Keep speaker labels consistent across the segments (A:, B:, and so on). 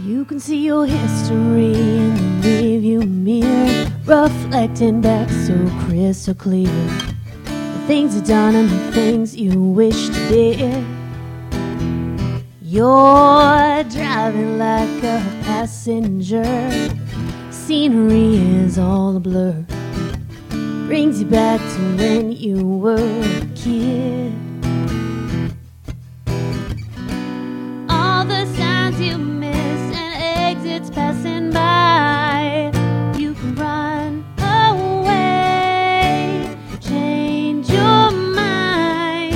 A: You can see your history in the rearview mirror, reflecting back so crystal clear. The things you've done and the things you wish to be. You're driving like a passenger. Scenery is all a blur. Brings you back to when you were a kid. All the signs you miss and exits passing by. You can run away, change your mind.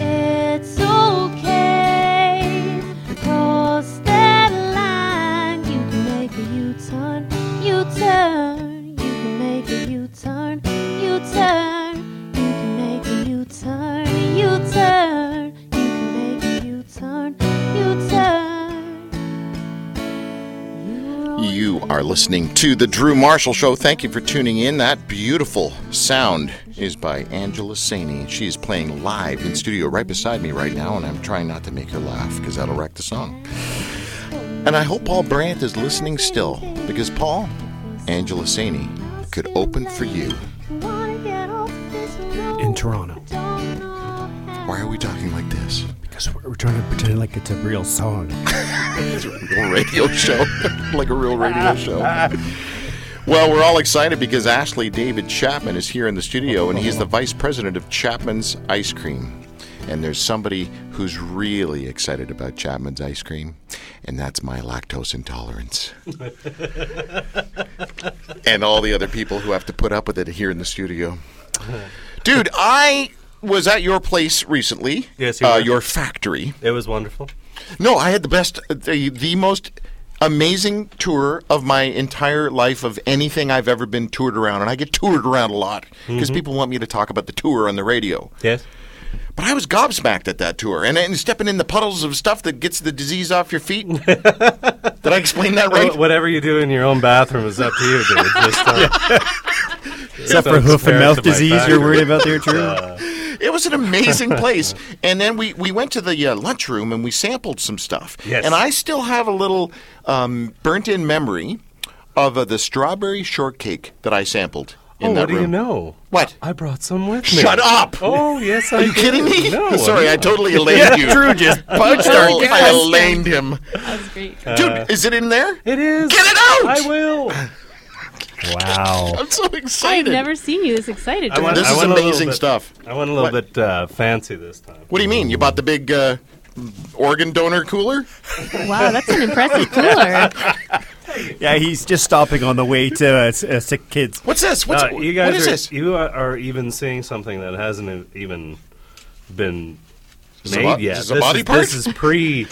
A: It's okay. Cross that line. You can make a U turn, U turn. You can make a U turn, U turn. You can make a U turn, U turn. You can make a U turn, U turn. You're
B: You are listening to The Drew Marshall Show. Thank you for tuning in. That beautiful sound is by Angela Saney. She is playing live in studio right beside me right now, and I'm trying not to make her laugh because that'll wreck the song. And I hope Paul Brandt is listening still because Paul, Angela Saney, could open for you.
A: Wanna get off this road.
C: in Toronto
A: Don't know how.
B: Why are we talking like this?
C: because we're, we're trying to pretend like it's a real song.
B: real radio show, like a real radio show. Well, we're all excited because Ashley David Chapman is here in the studio, and he's the vice president of Chapman's Ice Cream. And there's somebody who's really excited about Chapman's ice cream, and that's my lactose intolerance. and all the other people who have to put up with it here in the studio. Dude, I was at your place recently.
D: Yes, you
B: uh,
D: were.
B: your factory.
D: It was wonderful.
B: No, I had the best, uh, the, the most amazing tour of my entire life of anything I've ever been toured around. And I get toured around a lot
D: Mm-hmm.
B: because people want me to talk about the tour on the radio.
D: Yes.
B: But I was gobsmacked at that tour and, and stepping in the puddles of stuff that gets the disease off your feet. Did I explain that right?
D: Wh- Whatever you do in your own bathroom is up to you, dude. Just, uh,
C: Except for hoof and mouth disease, you're worried about there too.
D: Uh,
B: It was an amazing place. and then we, we went to the uh, lunchroom and we sampled some stuff.
D: Yes.
B: And I still have a little um, burnt in memory of uh, the strawberry shortcake that I sampled in
D: Oh,
B: that
D: what do
B: room.
D: you know?
B: What?
D: I brought some with me.
B: Shut up!
D: Oh, yes, I
B: Are you
D: did.
B: kidding me?
D: No.
B: Sorry, I
D: I'm not.
B: totally elamed you. Drew just punched
A: our
B: I
A: guest.
B: elamed him.
A: That was great.
D: Uh,
B: Dude, is it in there?
D: It is.
B: Get it out!
D: I will.
C: Wow.
B: I'm so
A: I've
B: excited.
A: never seen you this excited.
D: I want-
B: this
D: I
B: is
D: went a little
B: amazing
D: bit-
B: stuff.
D: I went a little
B: What?
D: bit uh, fancy this time.
B: What do you mean? You bought the big uh, organ donor cooler?
A: wow, that's an impressive cooler.
C: Yeah, he's just stopping on the way to uh, s- uh, sick kids.
B: What's this? What's,
D: Uh, you guys
B: what is
D: are,
B: this?
D: You are, are even seeing something that hasn't e- even been
B: a
D: made
B: bo-
D: yet.
B: this is a body part?
D: This is pre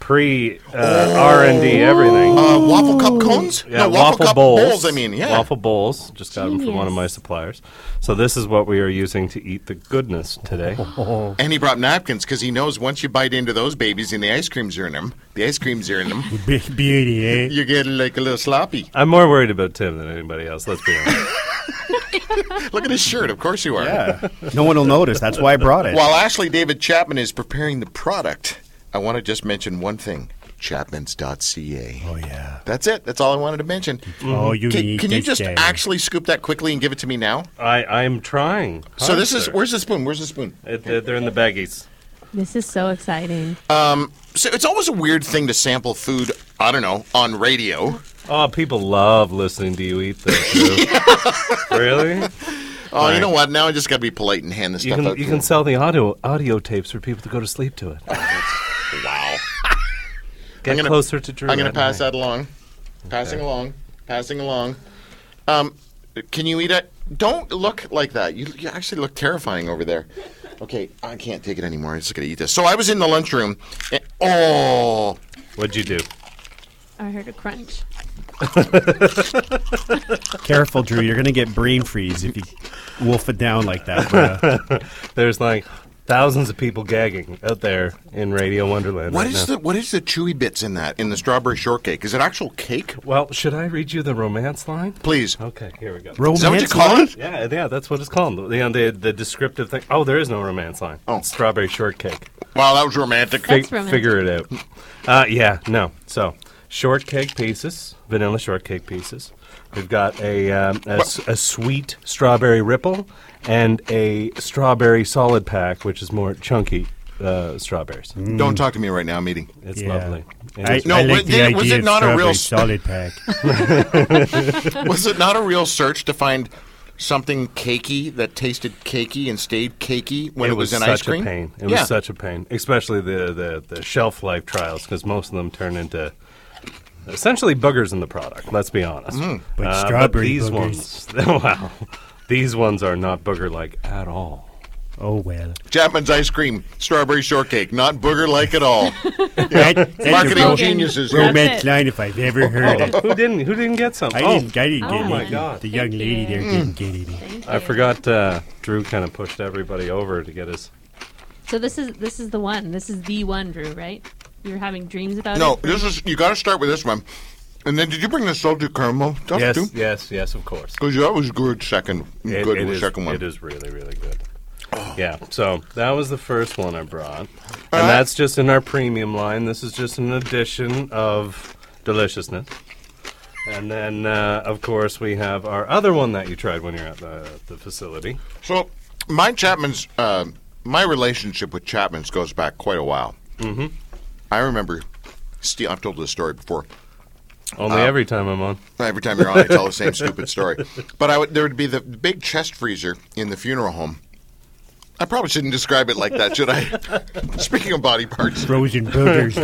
D: pre uh, R and D everything.
B: Uh, waffle cup cones?
D: Yeah,
B: no, waffle, cup bowls. I mean, yeah.
D: waffle bowls. Just got them from one of my
A: Genius.
D: suppliers. So this is what we are using to eat the goodness today.
B: And he brought napkins because he knows once you bite into those babies and the ice creams are in them, the ice creams are in them,
C: Be- beauty, eh?
B: you get like a little sloppy.
D: I'm more worried about Tim than anybody else. Let's be honest.
B: Look at his shirt. Of course you are.
C: No one will notice. That's why I brought it.
B: While Ashley David Chapman is preparing the product, I want to just mention one thing: Chapman's.ca.
C: oh yeah.
B: That's it. That's all I wanted to mention.
C: Oh, you
B: Mm-hmm. Can,
C: need
B: can you
C: this
B: just
C: day.
B: actually scoop that quickly and give it to me now?
D: I I'm trying.
B: so
D: hard,
B: this is
D: sir.
B: where's the spoon? Where's the spoon?
D: It- they're, they're in the baggies.
A: This is so exciting.
B: So it's always a weird thing to sample food. I don't know on radio.
D: Oh, people love listening to you eat this. Drew. really?
B: Oh, you know what? Now I just got to be polite and hand this
D: You
B: stuff
D: can
B: out.
D: you
B: to
D: can
B: them.
D: sell the audio audio tapes for people to go to sleep to it.
B: Wow.
D: Get
B: gonna-
D: closer to Drew.
B: I'm going to
D: at
B: pass
D: night.
B: that along. Passing along. Passing along. Um, can you eat it? Don't look like that. You, you actually look terrifying over there. Okay, I can't take it anymore. I'm just going to eat this. So I was in the lunchroom. And, oh,
D: What'd you do?
A: I heard a crunch.
C: Careful, Drew. You're gonna get brain freeze if you wolf it down like that. bruh.
D: There's like thousands of people gagging out there in Radio Wonderland.
B: what
D: right
B: is
D: now.
B: the what is the chewy bits in that in the strawberry shortcake? Is it actual cake?
D: Well, should I read you the romance line?
B: Please.
D: Okay, here we go.
B: Is that what you
C: Romance
B: call it?
D: yeah, yeah, that's what it's called. The, the, the descriptive thing. Oh, there is no romance line.
B: Oh.
D: It's strawberry shortcake.
B: Wow, that was romantic.
A: That's
D: Fig-
A: romantic.
D: Figure it out. Uh, yeah, no. So, shortcake pieces, vanilla shortcake pieces. We've got a, um, a, s- a sweet strawberry ripple and a strawberry solid pack, which is more chunky uh, strawberries.
B: Don't talk to me right now. I'm eating.
D: It's
C: Yeah.
D: lovely. It
C: I,
D: is-
B: No,
C: I
B: wa-
C: like the
B: did-
C: idea
B: was it
C: of
B: not a real
C: strawberry solid pack?
B: Was it not a real search to find something cakey that tasted cakey and stayed cakey when it, was, in
D: such
B: ice cream?
D: a pain. It
B: yeah.
D: was such a pain, especially the, the, the shelf life trials, because most of them turn into essentially boogers in the product. Let's be honest.
B: Mm.
D: Uh,
C: But strawberry
D: these
C: boogers.
D: ones, wow, these ones are not booger like at all.
C: Oh well.
B: Chapman's ice cream, strawberry shortcake, not booger like at all.
C: That, that's a
B: Marketing
C: real
B: geniuses. Oh, here.
A: That's
C: romance
A: it.
C: line if I've ever heard it.
D: who didn't? Who didn't get some?
C: I
D: oh,
C: didn't, I didn't
A: Oh
C: get
A: my
C: any.
D: God.
C: The young
A: Thank
C: lady
A: you. Mm.
C: there didn't get any.
A: Thank
D: I
A: you.
D: forgot. Uh, Drew kind of pushed everybody over to get his.
A: So this is this is the one. This is the one, Drew. Right? You were having dreams about
B: No,
A: it.
B: this is you got to start with this one. And then, did you bring the salted caramel stuff
D: Yes,
B: too?
D: yes, yes. Of course.
B: Because that was good second,
D: It-
B: good
D: it
B: was
D: is-
B: second one.
D: It is really, really good. Yeah, so that was the first one I brought.
B: right.
D: And that's just in our premium line. This is just an addition of deliciousness. And then, uh, of course, we have our other one that you tried when you were at the, the facility.
B: So, my Chapman's, uh, my relationship with Chapman's goes back quite a while. Mm-hmm. I remember, Steve. I've told this story before. Uh,
D: Only every time I'm on.
B: Every time you're on, I tell the same stupid story. But I would, there would be the big chest freezer in the funeral home. I probably shouldn't describe it like that, should I? Speaking of body parts,
C: Frozen boogers.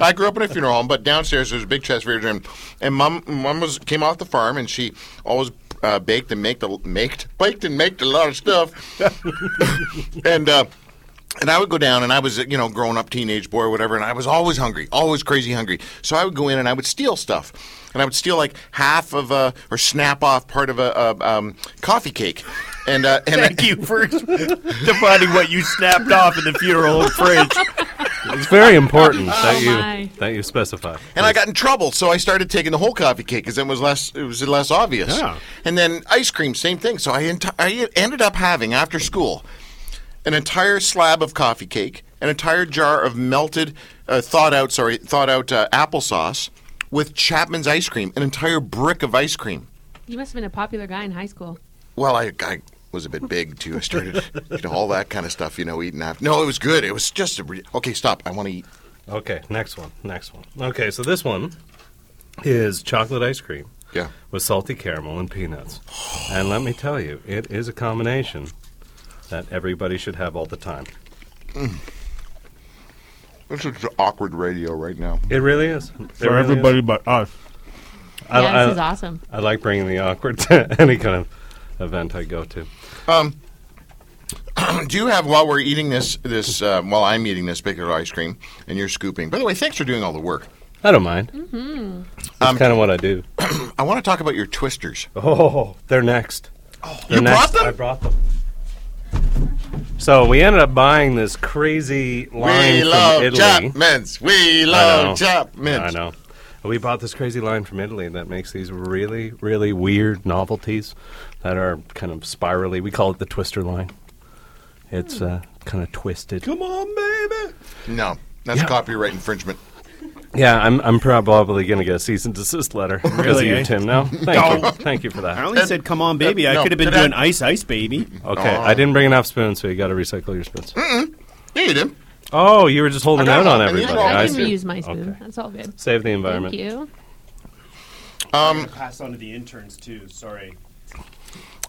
B: I grew up in a funeral home, but downstairs there's a big chest freezer, and, and mom, mom was came off the farm, and she always uh, baked and made the baked baked and made a lot of stuff, and uh, and I would go down, and I was you know grown up teenage boy or whatever, and I was always hungry, always crazy hungry, so I would go in and I would steal stuff, and I would steal like half of a or snap off part of a, a um, coffee cake, and uh, and I,
C: you for defining what you snapped off in the funeral home fridge.
D: It's very important that you
A: my.
D: that you specify.
B: And I got in trouble, so I started taking the whole coffee cake because it was less it was less obvious.
C: Yeah.
B: And then ice cream, same thing. So I enti- I ended up having after school an entire slab of coffee cake, an entire jar of melted uh, thawed out sorry thawed out uh, applesauce with Chapman's ice cream, an entire brick of ice cream.
A: You must have been a popular guy in high school.
B: Well, I, I was a bit big too. I started you know, all that kind of stuff, you know, eating after. No, it was good. It was just a re- okay. Stop. I want to eat.
D: Okay, next one. Next one. Okay, so this one is chocolate ice cream.
B: Yeah.
D: with salty caramel and peanuts. And let me tell you, it is a combination that everybody should have all the time.
B: This is awkward radio right now.
D: It really is. It
C: For
D: really is.
C: everybody but us.
D: I,
A: yeah, this is
D: I-
A: awesome.
D: I like bringing the awkward to any kind of event I go to.
B: Do you have while we're eating this this uh, while I'm eating this particular ice cream and you're scooping? By the way, thanks for doing all the work.
D: I don't mind. Mm-hmm. That's
B: Um,
D: kind of what I do.
B: I want to talk about your twisters.
D: Oh, they're next. They're
B: Oh, you brought
D: next.
B: them?
D: I brought them. So we ended up buying this crazy line
B: we
D: from
B: love
D: Italy.
B: Chapman's. We
D: know.
B: love Chapman's.
D: I know. We bought this crazy line from Italy that makes these really, really weird novelties that are kind of spirally. We call it the twister line. It's uh, kind of twisted. Come on, baby.
B: No, that's
D: Yeah.
B: copyright infringement.
D: Yeah, I'm, I'm probably going to get a cease and desist letter because of
C: Really,
D: you,
C: eh?
D: Tim. Now, thank you, thank you for
C: I
D: that.
C: only said, "Come on, baby."
B: uh,
C: I
B: no,
C: could have been
B: did I-
C: doing ice, ice, baby.
D: Okay, I didn't bring enough spoons, so you got to recycle your spoons.
B: Yeah, you did.
D: Oh, you were just holding
B: I got
D: out on
B: one, and these
D: everybody.
B: are all
D: I
A: I
B: nice
A: can
D: see.
A: reuse my spoon.
D: Okay.
A: That's all good.
D: Save the environment.
A: Thank you.
C: pass on to the interns too. Sorry.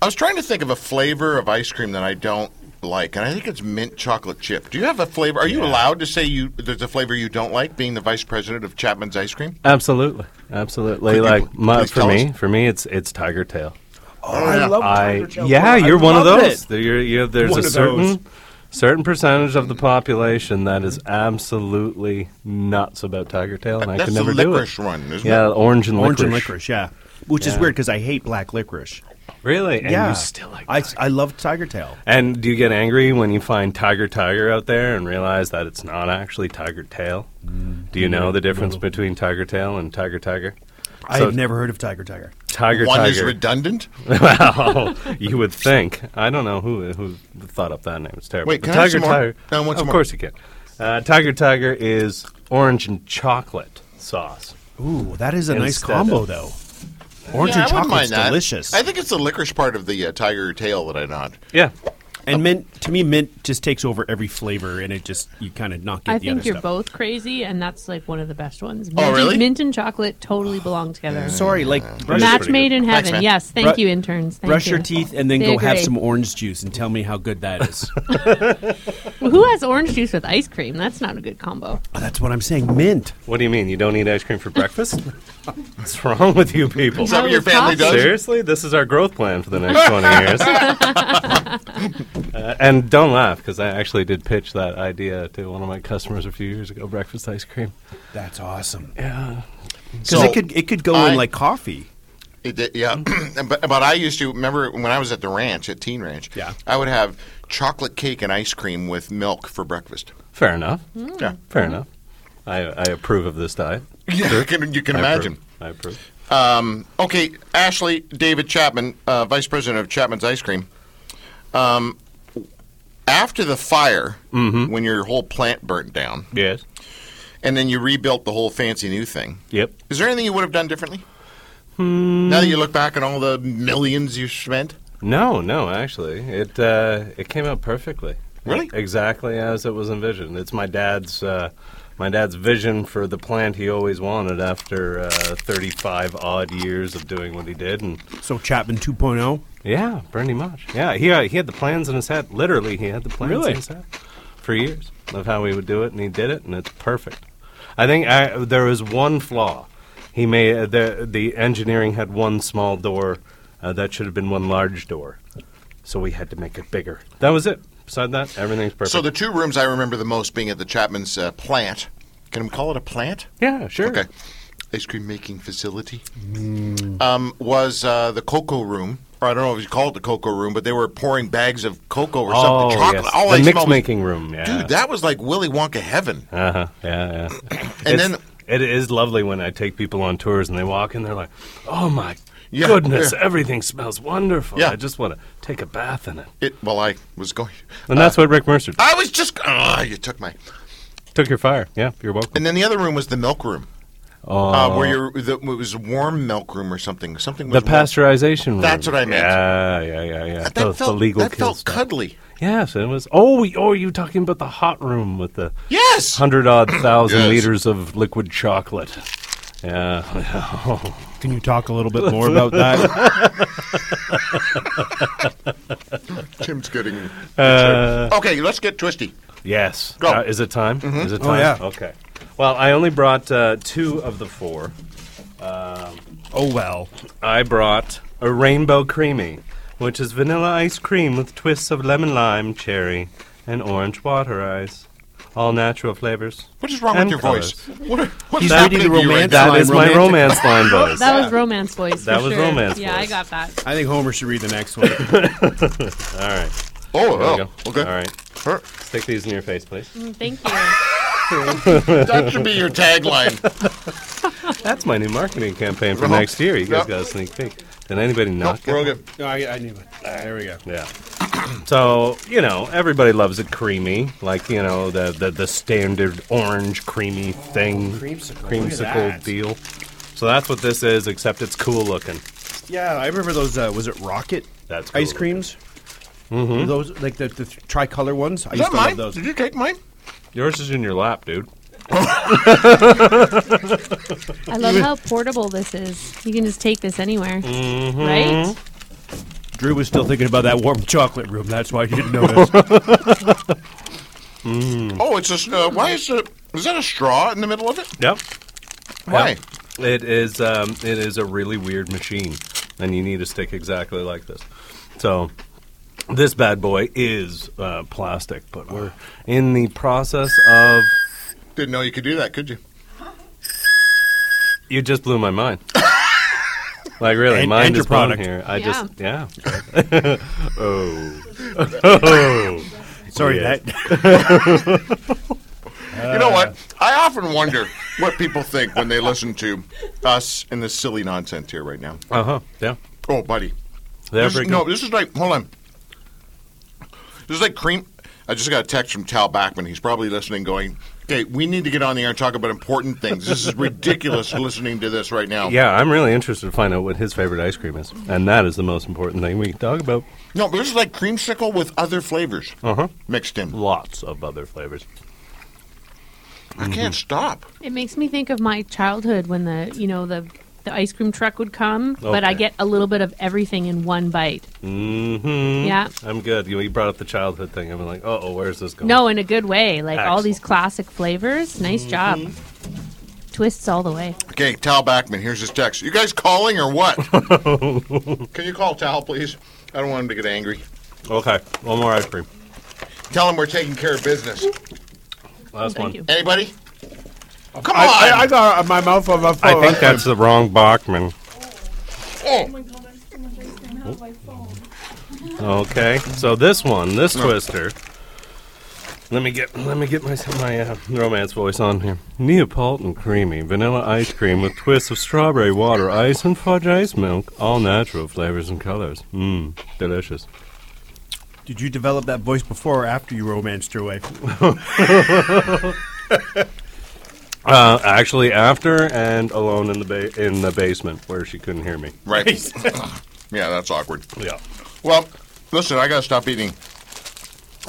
B: I was trying to think of a flavor of ice cream that I don't like, and I think it's mint chocolate chip. Do you have a flavor? Are you allowed to say you there's a flavor you don't like? Being the vice president of Chapman's ice cream.
D: Absolutely, absolutely.
B: Could you
D: like
B: pl-
D: my,
B: please
D: for
B: tell
D: me,
B: us?
D: for me, it's it's Tiger Tail.
B: I yeah. love
D: Oh, I yeah, you're one of those. There- You're, you're, there's
C: One
D: a
C: of
D: certain
C: those.
D: certain percentage of the population that is absolutely nuts about Tiger Tail, and I
B: that's
D: can
B: the
D: never do it.
B: licorice one, isn't it?
D: Yeah, orange and
C: Orange
D: licorice.
C: and licorice, yeah. Which is
D: Yeah.
C: weird because I hate black licorice.
D: Really? And
C: yeah,
D: you still like
C: I,
D: Tiger-
C: I love Tiger Tail.
D: And do you get angry when you find Tiger Tiger out there and realize that it's not actually Tiger Tail?
C: Mm.
D: Do you know the difference between Tiger Tail and Tiger Tiger? So-
C: I've never heard of Tiger Tiger.
D: Tiger
B: One is
D: Tiger.
B: redundant.
D: Wow, Oh, you would think. I don't know who who thought up that name. It's terrible.
B: Wait,
D: But
B: can I have
D: Tiger
B: some more?
D: Tiger.
B: No, I want
D: of
B: some more.
D: course you can. Uh, Tiger Tiger is orange and chocolate sauce.
C: Ooh, that is a nice
D: Instead
C: combo,
D: of-
C: though. Orange
B: Yeah,
C: and
B: I wouldn't
C: chocolate's
B: mind that.
C: delicious.
B: I think it's the licorice part of the uh, tiger tail that I not.
D: Yeah.
C: and mint, to me, mint just takes over every flavor, and it just you kind of knock. Get
E: I
C: the
E: think
C: other
E: you're
C: stuff.
E: both crazy, and that's like one of the best ones.
B: Oh,
E: and-
B: really?
E: Mint and chocolate totally belong together.
C: Sorry, like brush,
E: Match
D: pretty
E: made
D: good.
E: in
B: Thanks,
E: heaven.
B: man.
E: yes,
C: Bru-
E: thank you, interns. Thank
C: brush
E: you.
C: your teeth and then
E: They
C: go have
E: agree.
C: some orange juice and tell me how good that is.
E: Who has orange juice with ice cream? That's not a good combo.
C: Oh, that's what I'm saying. Mint.
D: What do you mean? You don't eat ice cream for breakfast? What's wrong with you people?
B: Some of your family
E: coffee.
B: does.
D: Seriously, this is our growth plan for the next 20 years. Uh, and don't laugh because I actually did pitch that idea to one of my customers a few years ago. Breakfast ice cream.
C: That's awesome.
D: Yeah,
C: Because
B: So-
C: it could it could go
B: I-
C: in like coffee.
B: It did, yeah, but but I used to remember when I was at the ranch at Teen Ranch.
C: Yeah.
B: I would have chocolate cake and ice cream with milk for breakfast.
D: fair enough.
B: Yeah,
D: Fair enough. I, I approve of this diet.
B: yeah, you can, you can
D: I approve.
B: imagine.
D: I approve.
B: Um, okay, Ashley David Chapman, uh, vice president of Chapman's Ice Cream. Um, after the fire,
C: Mm-hmm.
B: when your whole plant burnt down,
D: Yes.
B: and then you rebuilt the whole fancy new thing,
D: Yep.
B: is there anything you would have done differently? Hmm. Now that you look back on all the millions you spent,
D: No, no, actually, it uh, it came out perfectly.
B: Really?
D: exactly as it was envisioned. It's my dad's uh, my dad's vision for the plant he always wanted after uh, thirty five odd years of doing what he did, and
C: So Chapman oh, 2.0.
D: yeah, pretty much. Yeah, he uh, he had the plans in his head. Literally, he had the plans
C: Really?
D: in his head for years of how he would do it, and he did it, and it's perfect. I think I, there was one flaw. He made the the engineering had one small door uh, that should have been one large door, so we had to make it bigger. That was it. Beside that, everything's perfect.
B: so the two rooms I remember the most being at the Chapman's uh, plant. Can we call it a plant?
D: yeah, sure.
B: Okay. Ice cream making facility um, was uh, the cocoa room. Or I don't know if you call it the cocoa room, but they were pouring bags of cocoa or
D: Oh,
B: something. Chocolate.
D: yes.
B: All I
D: the mix
B: smelled was-
D: making room. Yeah.
B: Dude, that was like Willy Wonka heaven.
D: Uh-huh. Yeah, yeah.
B: And
D: It's-
B: then-
D: it is lovely when I take people on tours and they walk in, they're like, "Oh my
B: Yeah,
D: goodness,
B: yeah.
D: everything smells wonderful.
B: Yeah.
D: I just want to take a bath in it."
B: It. Well, I was going.
D: And that's what Rick Mercer did.
B: I was just. Ah, you took my.
D: took your fire. Yeah, you're welcome.
B: And then the other room was the milk room,
D: Oh,
B: uh, where you're, the, it was warm milk room or something. Something
D: the
B: was warm.
D: pasteurization room.
B: That's what I meant.
D: Yeah, yeah, yeah, yeah.
B: That,
D: the, the
B: felt
D: legal
B: that
D: kill
B: felt
D: stuff.
B: cuddly.
D: Yes, it was. Oh, we, oh, you talking about the hot room with the
B: Yes.
D: hundred odd thousand
B: Yes.
D: liters of liquid chocolate. Yeah. oh.
C: Can you talk a little bit more about that?
B: Tim's getting.
D: Uh,
B: okay, let's get twisty.
D: Yes.
B: Go. Mm-hmm.
D: Uh, is it time? Is it time?
C: yeah.
D: Okay. Well, I only brought uh, two of the four.
C: oh well.
D: I brought a rainbow creamy, which is vanilla ice cream with twists of lemon lime, cherry, and orange water ice. All natural flavors.
B: What is wrong
D: And
B: with your
D: colours.
B: voice? What are, what's
C: He's
B: happening
C: reading the
B: to you right
C: romance
B: now?
D: That
C: line,
D: is my
C: romantic.
D: romance line voice.
E: That was romance voice.
D: That
E: for
D: was
E: sure.
D: romance
E: Yeah,
D: voice.
E: I got that.
C: I think Homer should read the next one.
D: All right.
B: Oh,
D: There
B: oh,
D: we go.
B: okay. Mm-hmm.
D: All right.
B: Her-
D: Stick these in your face, please.
E: Mm, Thank you.
B: That should be your tagline.
D: That's my new marketing campaign for
B: Uh-huh.
D: next year. You guys
B: Yep.
D: got a sneak peek. Did anybody
B: no,
D: not
B: we're
D: get
B: all good.
C: no, I, I knew it. There we go.
D: Yeah. So you know, everybody loves it creamy, like you know the the, the standard orange creamy thing,
C: creamsicle. Look at
D: creamsicle
C: that.
D: deal. So that's what this is, except it's cool looking.
C: Yeah, I remember those. Uh, was it Rocket?
D: That's
C: ice
D: cool.
C: creams. Mm-hmm. Those like the, the tricolor ones. I
B: Is
C: used
B: that
C: to love
B: mine?
C: those.
B: Did you take mine?
D: Yours is in your lap, dude.
E: I love how portable this is. You can just take this anywhere, right?
C: Drew was still thinking about that warm chocolate room. That's why you didn't notice.
D: Hmm.
B: Oh, it's just. Uh, why is it? Is that a straw in the middle of it?
D: Yep.
B: Why?
D: It is um, it is a really weird machine, and you need a stick exactly like this. So this bad boy is uh, plastic, but we're in the process of.
B: Didn't know you could do that, could you?
D: You just blew my mind. like really,
C: And-
D: mind
C: and
D: is
C: your
D: blown
C: product.
D: here. I
E: Yeah.
D: just yeah.
C: Sorry,
D: Yes.
C: that
B: you know
D: Uh,
B: what? I often wonder what people think when they listen to us and this silly nonsense here right now.
D: Uh huh. Yeah.
B: Oh, buddy.
D: They're
B: This-
D: pretty
B: no,
D: good.
B: this is like hold on. This is like cream. I just got a text from Tal Backman. He's probably listening, going, Okay, we need to get on the air and talk about important things. This is ridiculous listening to this right now.
D: Yeah, I'm really interested to find out what his favorite ice cream is, and that is the most important thing we can talk about.
B: No, but this is like creamsicle with other flavors
D: Uh-huh.
B: mixed in.
D: Lots of other flavors. Mm-hmm.
B: I can't stop.
E: It makes me think of my childhood when the you know the the ice cream truck would come, but I
D: Okay.
E: get a little bit of everything in one bite.
D: Mm-hmm.
E: Yeah.
D: I'm good. You, you brought up the childhood thing. I'm like, oh, where's this going?
E: No, in a good way. Like all these
D: Excellent.
E: classic flavors. Nice job. Twists all the way.
B: Okay, Tal Backman, here's his text. You guys calling or what? Can you call Tal, please? I don't want him to get angry.
D: Okay, one more ice cream.
B: Tell him we're taking care of business.
D: Last
E: Thank
D: one.
E: you.
B: Anybody? Come on!
F: Oh, I, I, I got my mouth full of.
C: Oh,
D: I think that's the wrong Bachman.
B: oh,
D: Okay, so this one, this twister. Let me get let me get my my uh, romance voice on here. Neapolitan creamy vanilla ice cream with twists of strawberry water, ice, and fudge ice milk. All natural flavors and colors. Mmm, delicious.
C: Did you develop that voice before or after you romanced your way?
D: Uh, actually, after and alone in the ba- in the basement where she couldn't hear me.
B: right. yeah, that's awkward.
D: Yeah.
B: Well, listen, I gotta stop eating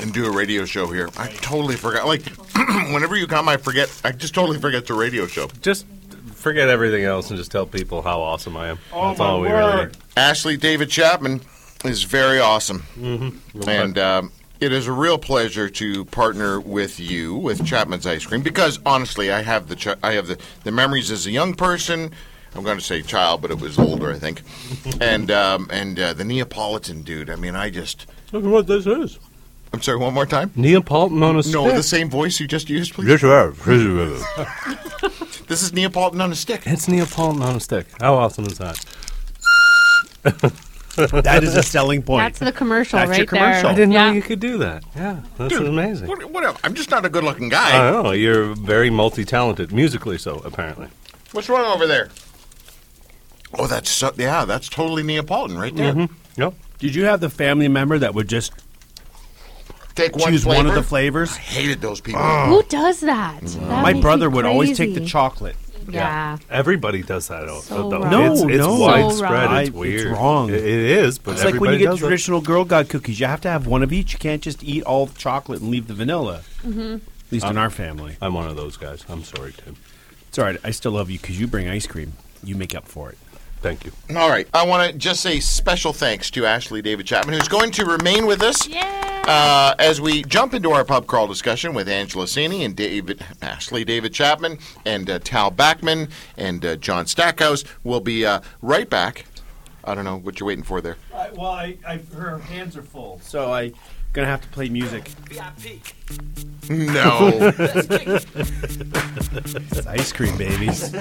B: and do a radio show here. I totally forgot. Like, whenever you come, I forget. I just totally forget the radio show.
D: Just forget everything else and just tell people how awesome I am.
F: Oh,
D: That's
F: my
D: all we really
F: word.
D: need.
B: Ashley David Chapman is very awesome, and um, it is a real pleasure to partner with you with Chapman's Ice Cream because honestly, I have the ch- I have the, the memories as a young person. I'm going to say child, but it was older, I think, and um, and uh, the Neapolitan dude. I mean, I just.
D: Look at what this is.
B: I'm sorry. One more time.
D: Neapolitan on a stick.
B: No, the same voice you just used, please.
D: Yes, you have. Yes, you have.
B: This is Neapolitan on a stick.
D: It's Neapolitan on a stick. How awesome is that?
C: that is a selling point.
E: That's the commercial
C: That's your
E: right
C: commercial.
E: there.
C: I
D: I didn't
E: yeah.
D: know you could do that. Yeah, that's amazing.
B: What, what else? I'm just not a good-looking guy.
D: I know you're very multi-talented, musically so apparently.
B: What's wrong over there? Oh, that's so, yeah. That's totally Neapolitan right there.
D: Yep.
C: Did you have the family member that would just
B: Take one
C: choose
B: flavor.
C: one of the Ah. flavors?
B: Hated those people.
E: Who does that? That
C: My
E: makes me
C: brother would always take the
E: crazy.
C: chocolate.
E: Yeah.
D: Everybody does that. though.
E: So
D: Though
E: wrong.
C: No,
D: it's, it's
C: no. So
D: widespread.
C: wrong.
D: It's
C: I- it's
D: weird.
C: wrong.
D: It- it is, but
C: It's like when you
D: everybody
C: get
D: does it.
C: traditional Girl Guide cookies, you have to have one of each. You can't just eat all the chocolate and leave the vanilla. Mm-hmm. At
D: Um,
C: least in our family.
D: I'm one of those guys. I'm sorry, Tim.
C: It's all right. I still love you because you bring ice cream. You make up for it.
D: Thank you.
B: All right. I want to just say special thanks to Ashley David Chapman, who's going to remain with us
E: Yeah.
B: uh, as we jump into our pub crawl discussion with Angela Saney and David Ashley David Chapman and uh, Tal Backman and uh, John Stackhouse. We'll be uh, right back. I don't know what you're waiting for there.
C: well, I, I, her hands are full, so i going to have to play music.
B: No.
C: It's ice cream, babies.